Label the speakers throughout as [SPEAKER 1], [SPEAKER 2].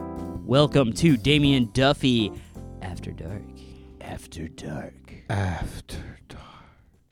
[SPEAKER 1] Welcome to Damien Duffy After Dark. After Dark.
[SPEAKER 2] After dark.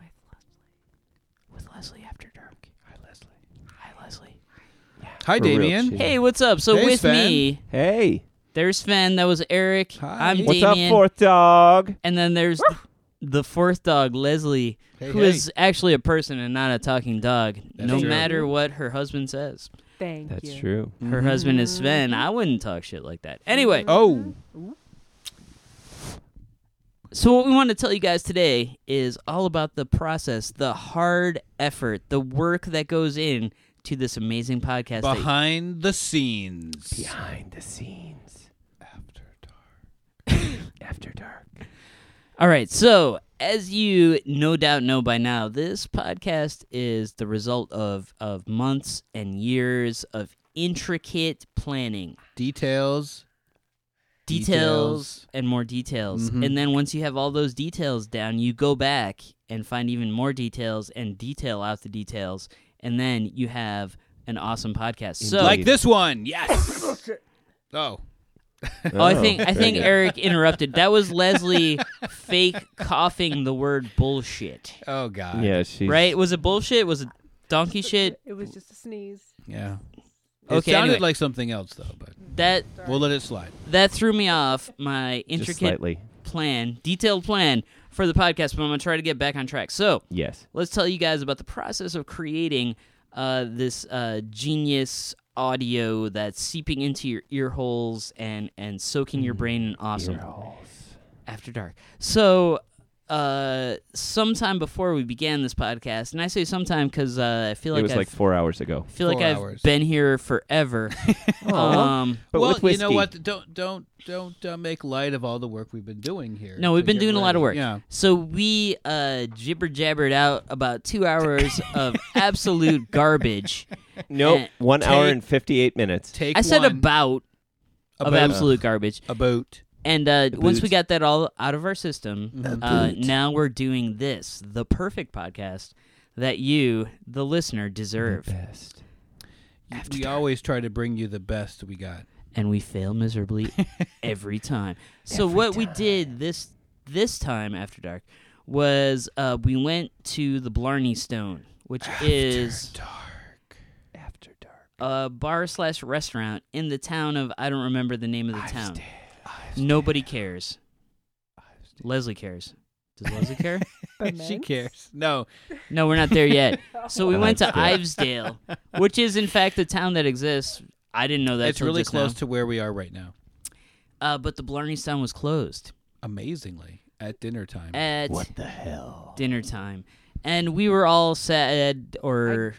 [SPEAKER 1] With Leslie. With Leslie After Dark. Hi, Leslie. Hi, Leslie.
[SPEAKER 2] Hi,
[SPEAKER 3] For real,
[SPEAKER 2] Damien.
[SPEAKER 3] chill.
[SPEAKER 1] Hey, what's up? So
[SPEAKER 2] Hey,
[SPEAKER 1] with
[SPEAKER 2] Sven.
[SPEAKER 1] me,
[SPEAKER 3] Hey,
[SPEAKER 1] there's Sven. That was Eric.
[SPEAKER 2] Hi.
[SPEAKER 1] I'm
[SPEAKER 3] what's
[SPEAKER 1] Damien.
[SPEAKER 3] up, fourth dog?
[SPEAKER 1] And then there's the fourth dog, Leslie, who
[SPEAKER 2] Hey,
[SPEAKER 1] is
[SPEAKER 2] hey.
[SPEAKER 1] actually a person and not a talking dog,
[SPEAKER 2] That's
[SPEAKER 1] no
[SPEAKER 2] true.
[SPEAKER 1] matter what her husband says.
[SPEAKER 4] Thank
[SPEAKER 3] That's
[SPEAKER 4] you.
[SPEAKER 3] true.
[SPEAKER 1] Her husband is Sven. I wouldn't talk shit like that. Anyway,
[SPEAKER 2] Mm-hmm. Oh,
[SPEAKER 1] so what we want to tell you guys today is all about the process, the hard effort, the work that goes in to this amazing podcast. that-
[SPEAKER 2] behind the scenes.
[SPEAKER 3] Behind the scenes,
[SPEAKER 2] After dark.
[SPEAKER 3] after dark.
[SPEAKER 1] All right, so as you no doubt know by now, this podcast is the result of of months and years of intricate planning.
[SPEAKER 2] Details.
[SPEAKER 1] details Mm-hmm. and more details.
[SPEAKER 2] Mhm.
[SPEAKER 1] And then once you have all those details down, you go back and find even more details and detail out the details. And then you have an awesome podcast. So
[SPEAKER 2] Like this one. Yes. oh.
[SPEAKER 1] Oh, I think I think Eric interrupted. That was Leslie fake coughing the word bullshit.
[SPEAKER 2] Oh, God.
[SPEAKER 3] Yeah, she's
[SPEAKER 1] Right? Was it bullshit? Was it donkey shit?
[SPEAKER 4] It was just a sneeze.
[SPEAKER 2] Yeah. It
[SPEAKER 1] Okay,
[SPEAKER 2] sounded
[SPEAKER 1] anyway.
[SPEAKER 2] like something else, though, but
[SPEAKER 1] That
[SPEAKER 2] we'll let it slide.
[SPEAKER 1] that threw me off my
[SPEAKER 3] Just
[SPEAKER 1] intricate
[SPEAKER 3] slightly.
[SPEAKER 1] plan, detailed plan for the podcast, but I'm gonna try to get back on track. So
[SPEAKER 3] Yes.
[SPEAKER 1] let's tell you guys about the process of creating uh, this uh, genius audio that's seeping into your ear holes and and soaking
[SPEAKER 3] Mm-hmm.
[SPEAKER 1] your brain in awesome after dark. So, uh, sometime before we began this podcast, and I say sometime because uh, I feel
[SPEAKER 3] it
[SPEAKER 1] like
[SPEAKER 3] was
[SPEAKER 1] I
[SPEAKER 3] like four hours ago.
[SPEAKER 1] feel like
[SPEAKER 2] Four
[SPEAKER 1] I've
[SPEAKER 2] hours.
[SPEAKER 1] been here forever. um,
[SPEAKER 3] But
[SPEAKER 2] well,
[SPEAKER 3] with whiskey,
[SPEAKER 2] you know what? Don't don't don't uh, make light of all the work we've been doing here.
[SPEAKER 1] No, we've
[SPEAKER 2] to
[SPEAKER 1] been
[SPEAKER 2] get
[SPEAKER 1] doing a lot of work.
[SPEAKER 2] ready. Yeah.
[SPEAKER 1] So we uh, jibber jabbered out about two hours of absolute garbage.
[SPEAKER 3] Nope.
[SPEAKER 1] Eh,
[SPEAKER 3] One hour
[SPEAKER 2] take-
[SPEAKER 3] and fifty-eight minutes.
[SPEAKER 2] Take
[SPEAKER 1] I said
[SPEAKER 2] one, uh,
[SPEAKER 1] about
[SPEAKER 2] a
[SPEAKER 1] of
[SPEAKER 2] boat,
[SPEAKER 1] absolute garbage.
[SPEAKER 2] a boat.
[SPEAKER 1] And uh, once we
[SPEAKER 3] boot.
[SPEAKER 1] got that all out of our system,
[SPEAKER 2] A
[SPEAKER 1] uh,
[SPEAKER 3] boot.
[SPEAKER 1] now we're doing this the perfect podcast that you, the listener, deserve.
[SPEAKER 3] Best.
[SPEAKER 2] we always try to bring you the best we got.
[SPEAKER 1] And we fail miserably every time. So, what we did this this time after dark was uh, we went to the Blarney Stone, which is
[SPEAKER 2] Dark.
[SPEAKER 3] After dark.
[SPEAKER 1] a bar slash restaurant in the town of, I don't remember the name of the town. Nobody cares. Leslie cares. Does Leslie care?
[SPEAKER 2] she
[SPEAKER 4] Ferment?
[SPEAKER 2] cares. No,
[SPEAKER 1] No, we're not there yet. So we went to
[SPEAKER 3] Ivesdale.
[SPEAKER 1] Ivesdale, which is in fact the town that exists. I didn't know that.
[SPEAKER 2] it's
[SPEAKER 1] till
[SPEAKER 2] really
[SPEAKER 1] just
[SPEAKER 2] close
[SPEAKER 1] now.
[SPEAKER 2] to where we are right now.
[SPEAKER 1] Uh, but the Blarney Stone was closed
[SPEAKER 2] Amazingly, at dinner time.
[SPEAKER 1] at
[SPEAKER 3] the hell?
[SPEAKER 1] dinner time, and we were all sad. Or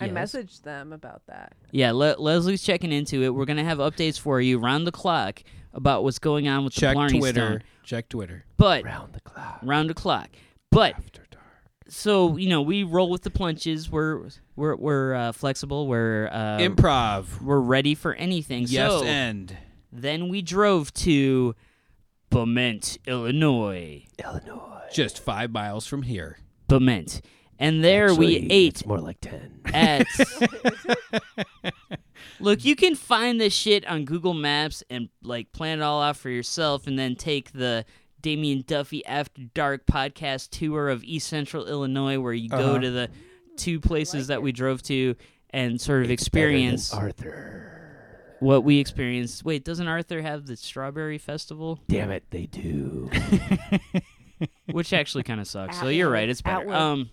[SPEAKER 4] I
[SPEAKER 1] Yes.
[SPEAKER 4] messaged them about that.
[SPEAKER 1] yeah, Le- Leslie's checking into it. We're gonna have updates for you round the clock about what's going on with the
[SPEAKER 2] Check
[SPEAKER 1] Blarney
[SPEAKER 2] Twitter.
[SPEAKER 1] Stone.
[SPEAKER 2] Check Twitter.
[SPEAKER 1] But
[SPEAKER 3] Round the clock.
[SPEAKER 1] round the clock. But
[SPEAKER 3] After dark.
[SPEAKER 1] so you know, we roll with the punches. We're we're we're uh, flexible. We're uh,
[SPEAKER 2] Improv.
[SPEAKER 1] we're ready for anything.
[SPEAKER 2] Yes,
[SPEAKER 1] so,
[SPEAKER 2] and
[SPEAKER 1] Then we drove to Bement, Illinois.
[SPEAKER 3] Illinois.
[SPEAKER 2] just five miles from here.
[SPEAKER 1] Bement. And there we ate
[SPEAKER 3] more like ten.
[SPEAKER 1] at. Look, you can find this shit on Google Maps and like plan it all out for yourself and then take the Damien Duffy After Dark podcast tour of East Central Illinois where you go
[SPEAKER 2] Uh-huh.
[SPEAKER 1] to the two places that we drove to and sort of experience
[SPEAKER 3] Arthur.
[SPEAKER 1] what we experienced. Wait, doesn't Arthur have the Strawberry Festival?
[SPEAKER 3] Damn it, they do.
[SPEAKER 1] which actually kind of sucks. So
[SPEAKER 4] Apple-
[SPEAKER 1] you're right, it's better.
[SPEAKER 4] Atwood.
[SPEAKER 1] Um,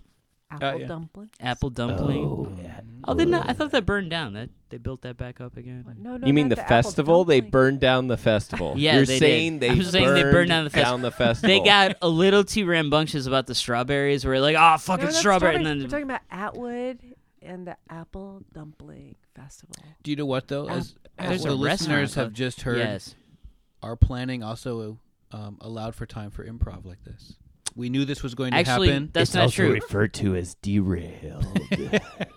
[SPEAKER 4] Apple
[SPEAKER 2] yeah.
[SPEAKER 4] dumpling.
[SPEAKER 1] apple dumpling. Oh,
[SPEAKER 3] yeah.
[SPEAKER 1] then I thought that burned down. That they built that back up again.
[SPEAKER 4] No, no.
[SPEAKER 3] You mean
[SPEAKER 4] not
[SPEAKER 3] the,
[SPEAKER 4] the, apple
[SPEAKER 3] festival? They
[SPEAKER 4] dumpling.
[SPEAKER 3] burned down the festival.
[SPEAKER 1] Yeah,
[SPEAKER 3] You're
[SPEAKER 1] they did.
[SPEAKER 3] saying they
[SPEAKER 1] I'm
[SPEAKER 3] burned
[SPEAKER 1] saying they burned down the fest-
[SPEAKER 3] down the festival.
[SPEAKER 1] They got a little too rambunctious about the strawberries. We're like, oh,
[SPEAKER 4] No,
[SPEAKER 1] fucking
[SPEAKER 4] that's
[SPEAKER 1] strawberry,
[SPEAKER 4] strawberries.
[SPEAKER 1] and
[SPEAKER 4] We're
[SPEAKER 1] then
[SPEAKER 4] talking about Atwood and the Apple Dumpling Festival.
[SPEAKER 2] Do you know what though? As,
[SPEAKER 4] Apple-
[SPEAKER 2] as
[SPEAKER 4] There's
[SPEAKER 2] the
[SPEAKER 4] a
[SPEAKER 2] listeners
[SPEAKER 1] Uh, restaurant
[SPEAKER 2] have
[SPEAKER 1] called-
[SPEAKER 2] just heard,
[SPEAKER 1] yes,
[SPEAKER 2] our planning also um, allowed for time for improv like this. We knew this was going to
[SPEAKER 1] actually,
[SPEAKER 2] happen.
[SPEAKER 1] that's not true.
[SPEAKER 3] referred to as derailed.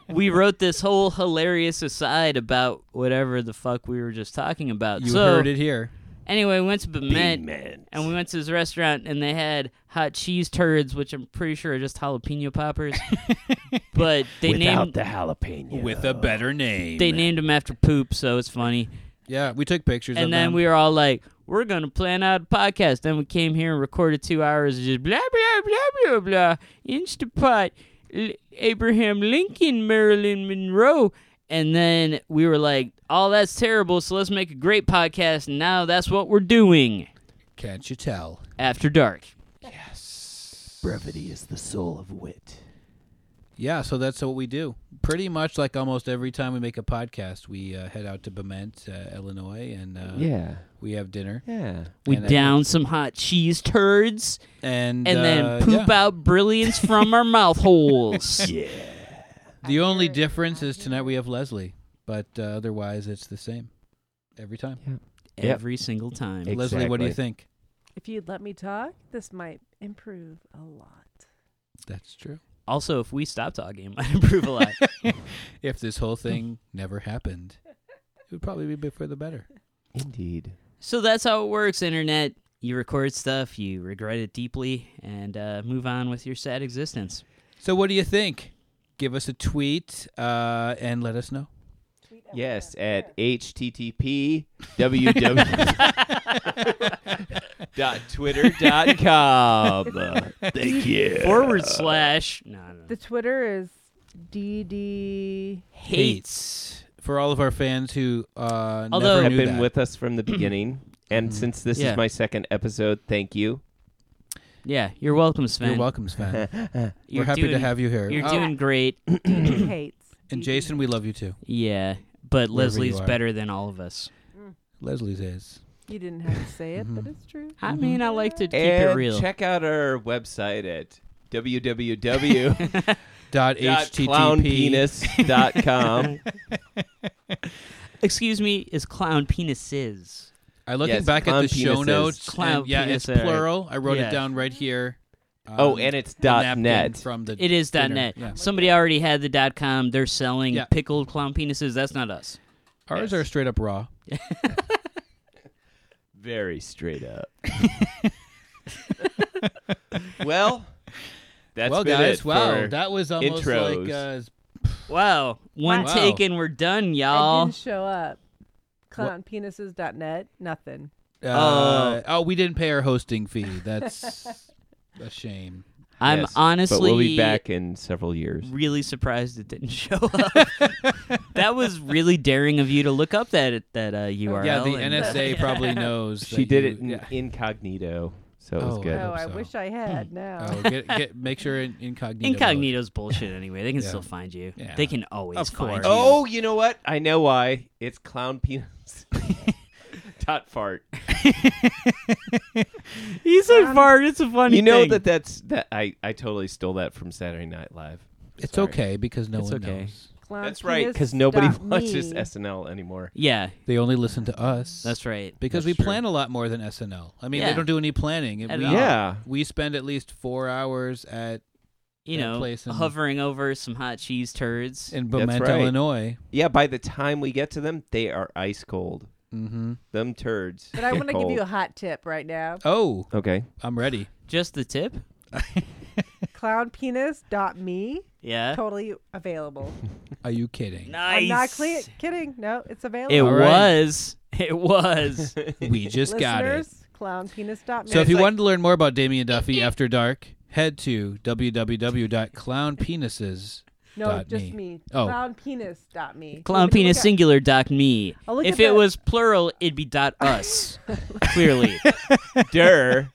[SPEAKER 1] we wrote this whole hilarious aside about whatever the fuck we were just talking about.
[SPEAKER 2] you
[SPEAKER 1] so
[SPEAKER 2] heard it here.
[SPEAKER 1] anyway, we went to Bement.
[SPEAKER 3] man.
[SPEAKER 1] And we went to this restaurant, and they had hot cheese turds, which I'm pretty sure are just jalapeno poppers. but they named
[SPEAKER 3] the jalapeno.
[SPEAKER 2] With a better name.
[SPEAKER 1] they named him after poop, so it's funny.
[SPEAKER 2] Yeah, we took pictures. of
[SPEAKER 1] and then
[SPEAKER 2] them.
[SPEAKER 1] we were all like, "We're gonna plan out a podcast." Then we came here and recorded two hours of just blah blah blah blah blah. Instapot, L- Abraham Lincoln, Marilyn Monroe, and then we were like, "All that's terrible." So let's make a great podcast. And now that's what we're doing
[SPEAKER 2] Can't you tell?
[SPEAKER 1] after dark.
[SPEAKER 3] Brevity is the soul of wit.
[SPEAKER 2] Yeah, so that's what we do. Pretty much like almost every time we make a podcast, we uh, head out to Bement, uh, Illinois, and uh,
[SPEAKER 3] yeah.
[SPEAKER 2] we have dinner.
[SPEAKER 3] Yeah.
[SPEAKER 1] We
[SPEAKER 2] And I-
[SPEAKER 1] down some hot cheese turds
[SPEAKER 2] And,
[SPEAKER 1] and
[SPEAKER 2] uh,
[SPEAKER 1] then poop
[SPEAKER 2] yeah.
[SPEAKER 1] out brilliance from our mouth holes.
[SPEAKER 2] The only difference is tonight we have Leslie, but uh, otherwise it's the same every time.
[SPEAKER 3] Yep.
[SPEAKER 1] Every single time.
[SPEAKER 3] Ex-
[SPEAKER 2] Leslie, what do you
[SPEAKER 3] Exactly.
[SPEAKER 2] think?
[SPEAKER 4] If you'd let me talk, this might improve a lot.
[SPEAKER 2] That's true.
[SPEAKER 1] Also, if we stop talking, it might improve a lot.
[SPEAKER 2] If this whole thing never happened, it would probably be bit for the better.
[SPEAKER 3] Indeed.
[SPEAKER 1] So that's how it works, internet. You record stuff, you regret it deeply, and uh, move on with your sad existence.
[SPEAKER 2] So, what do you think? Give us a tweet uh, and let us know.
[SPEAKER 3] Yes, at http www dot twitter dot com. Thank you.
[SPEAKER 1] Forward slash. No, no.
[SPEAKER 4] The Twitter is DD.
[SPEAKER 1] Hates.
[SPEAKER 2] for all of our fans who uh,
[SPEAKER 1] Although- Who
[SPEAKER 2] never
[SPEAKER 3] have
[SPEAKER 2] knew
[SPEAKER 3] been
[SPEAKER 2] that. Mm-hmm.
[SPEAKER 3] with us from the beginning. And since this
[SPEAKER 1] Yeah.
[SPEAKER 3] is my second episode, thank you.
[SPEAKER 1] Yeah, you're welcome, Sven.
[SPEAKER 2] You're welcome, Sven.
[SPEAKER 1] You're
[SPEAKER 2] We're happy to
[SPEAKER 1] doing-
[SPEAKER 2] have you here.
[SPEAKER 1] You're
[SPEAKER 2] Oh,
[SPEAKER 1] doing great.
[SPEAKER 4] DD hates.
[SPEAKER 2] and Jason, we love you too.
[SPEAKER 1] Yeah, but
[SPEAKER 2] Wherever
[SPEAKER 1] Leslie's
[SPEAKER 2] you are.
[SPEAKER 1] better than all of us.
[SPEAKER 2] Leslie's is.
[SPEAKER 4] You didn't have to say it, but it's true.
[SPEAKER 1] I mean, I like to keep it
[SPEAKER 3] and
[SPEAKER 1] real.
[SPEAKER 3] check out our website at www
[SPEAKER 2] Dot http.
[SPEAKER 3] dot com.
[SPEAKER 1] Excuse me, is clown penises?
[SPEAKER 2] I looking
[SPEAKER 3] Yes,
[SPEAKER 2] back at
[SPEAKER 3] clown
[SPEAKER 2] the show
[SPEAKER 3] penises.
[SPEAKER 2] notes. and
[SPEAKER 1] Clown
[SPEAKER 2] yeah, it's
[SPEAKER 1] penis, uh,
[SPEAKER 2] plural. I wrote
[SPEAKER 1] yeah.
[SPEAKER 2] it down right here.
[SPEAKER 3] Oh,
[SPEAKER 2] Um,
[SPEAKER 3] and it's
[SPEAKER 2] the
[SPEAKER 3] dot
[SPEAKER 2] napkin
[SPEAKER 3] net.
[SPEAKER 2] From the
[SPEAKER 1] It is dot
[SPEAKER 2] dinner.
[SPEAKER 1] .net.
[SPEAKER 2] Yeah.
[SPEAKER 1] Somebody already had the dot .com. They're selling
[SPEAKER 2] Yeah.
[SPEAKER 1] pickled clown penises. That's not us.
[SPEAKER 2] Ours are straight up raw.
[SPEAKER 3] Very straight up. well, that's
[SPEAKER 2] well,
[SPEAKER 3] been
[SPEAKER 2] guys,
[SPEAKER 3] it
[SPEAKER 2] wow,
[SPEAKER 3] for-
[SPEAKER 2] that was almost
[SPEAKER 3] intros.
[SPEAKER 2] like uh,
[SPEAKER 1] Wow, one
[SPEAKER 2] Wow.
[SPEAKER 1] take and we're done,
[SPEAKER 4] I
[SPEAKER 1] y'all.
[SPEAKER 4] didn't show up. Clownpenises.net. Nothing.
[SPEAKER 2] Uh, oh, we didn't pay our hosting fee. That's a shame.
[SPEAKER 1] I'm
[SPEAKER 3] Yes,
[SPEAKER 1] honestly
[SPEAKER 3] but we'll be back in several years.
[SPEAKER 1] really surprised it didn't show up. that was really daring of you to look up that that uh, URL.
[SPEAKER 2] yeah, the
[SPEAKER 1] and-
[SPEAKER 2] NSA probably knows.
[SPEAKER 3] She
[SPEAKER 2] that
[SPEAKER 3] did
[SPEAKER 2] you-
[SPEAKER 3] it in
[SPEAKER 2] yeah.
[SPEAKER 3] incognito, so it
[SPEAKER 2] Oh,
[SPEAKER 3] was good.
[SPEAKER 2] hope
[SPEAKER 4] oh, I
[SPEAKER 2] so.
[SPEAKER 4] wish I had now.
[SPEAKER 2] Oh, get, get, make sure in, incognito. mode.
[SPEAKER 1] Incognito's bullshit anyway. They can
[SPEAKER 2] Yeah.
[SPEAKER 1] still find you.
[SPEAKER 2] Yeah.
[SPEAKER 1] They can always
[SPEAKER 2] Of
[SPEAKER 1] find
[SPEAKER 2] course.
[SPEAKER 1] you.
[SPEAKER 3] Oh, you know what? I know why. It's clown penis. Tot fart.
[SPEAKER 1] he said fart. It's a funny
[SPEAKER 3] you know
[SPEAKER 1] thing.
[SPEAKER 3] that that's that. I I totally stole that from Saturday Night Live.
[SPEAKER 2] It's
[SPEAKER 3] Sorry.
[SPEAKER 2] okay because no
[SPEAKER 1] It's
[SPEAKER 2] one
[SPEAKER 1] okay.
[SPEAKER 2] knows.
[SPEAKER 3] That's right, because nobody watches SNL anymore.
[SPEAKER 1] Yeah,
[SPEAKER 2] They only listen to us.
[SPEAKER 1] that's right.
[SPEAKER 2] because we plan a lot more than SNL. I mean,
[SPEAKER 1] Yeah.
[SPEAKER 2] they don't do any planning.
[SPEAKER 1] At
[SPEAKER 2] we,
[SPEAKER 1] all.
[SPEAKER 3] Yeah.
[SPEAKER 2] we spend at least four hours at
[SPEAKER 1] You
[SPEAKER 2] that
[SPEAKER 1] know,
[SPEAKER 2] place in-
[SPEAKER 1] hovering over some hot cheese turds.
[SPEAKER 2] in
[SPEAKER 3] That's
[SPEAKER 2] Beaumont,
[SPEAKER 3] right.
[SPEAKER 2] Illinois.
[SPEAKER 3] Yeah, by the time we get to them, they are ice cold.
[SPEAKER 2] Mm-hmm.
[SPEAKER 3] Them turds.
[SPEAKER 4] But I
[SPEAKER 3] get
[SPEAKER 4] want to give you a
[SPEAKER 3] cold.
[SPEAKER 4] hot tip right now.
[SPEAKER 2] Oh,
[SPEAKER 3] Okay.
[SPEAKER 2] I'm ready.
[SPEAKER 1] Just the tip.
[SPEAKER 4] Clownpenis.me.
[SPEAKER 2] Uh.
[SPEAKER 1] Yeah.
[SPEAKER 4] Totally available.
[SPEAKER 2] Are you kidding?
[SPEAKER 1] Nice.
[SPEAKER 4] I'm not cle- kidding. No, it's available.
[SPEAKER 1] It
[SPEAKER 2] All right.
[SPEAKER 1] was. It was.
[SPEAKER 2] We just got it.
[SPEAKER 4] Listeners, clownpenis.me.
[SPEAKER 2] So if
[SPEAKER 3] it's
[SPEAKER 2] you
[SPEAKER 3] like-
[SPEAKER 2] wanted to learn more about Damien Duffy after dark, head to www.clownpenises.
[SPEAKER 4] no,
[SPEAKER 2] dot
[SPEAKER 4] just
[SPEAKER 2] me.
[SPEAKER 4] me.
[SPEAKER 2] Oh.
[SPEAKER 4] Clownpenis.me.
[SPEAKER 1] Clown penis
[SPEAKER 4] Look at-
[SPEAKER 1] singular dot me.
[SPEAKER 4] I'll look
[SPEAKER 1] If
[SPEAKER 4] at
[SPEAKER 1] it
[SPEAKER 4] the-
[SPEAKER 1] was plural, it'd be dot us. Clearly,
[SPEAKER 3] Durr.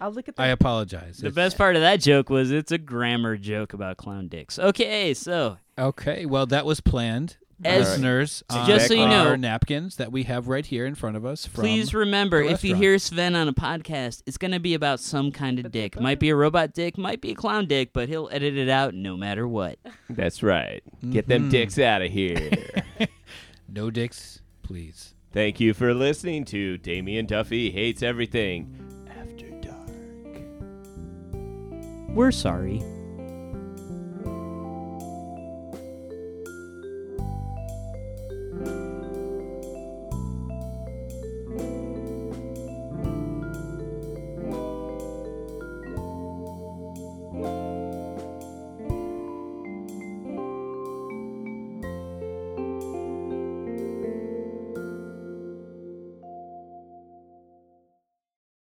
[SPEAKER 4] I'll look at the
[SPEAKER 2] I apologize.
[SPEAKER 1] the
[SPEAKER 2] It's-
[SPEAKER 1] best part of that joke was it's a grammar joke about clown dicks. Okay, so
[SPEAKER 2] Okay, well that was planned.
[SPEAKER 1] As-
[SPEAKER 2] Listeners, on
[SPEAKER 1] just so you know-
[SPEAKER 2] our napkins that we have right here in front of us. From,
[SPEAKER 1] please remember,
[SPEAKER 2] the
[SPEAKER 1] if you
[SPEAKER 2] restaurant.
[SPEAKER 1] hear Sven on a podcast, it's going to be about some kind of dick. Might be a robot dick, might be a clown dick, but he'll edit it out no matter what.
[SPEAKER 3] That's right. Get them dicks out of here.
[SPEAKER 2] no dicks, please.
[SPEAKER 3] Thank you for listening to Damien Duffy Hates Everything After Dark.
[SPEAKER 1] We're sorry.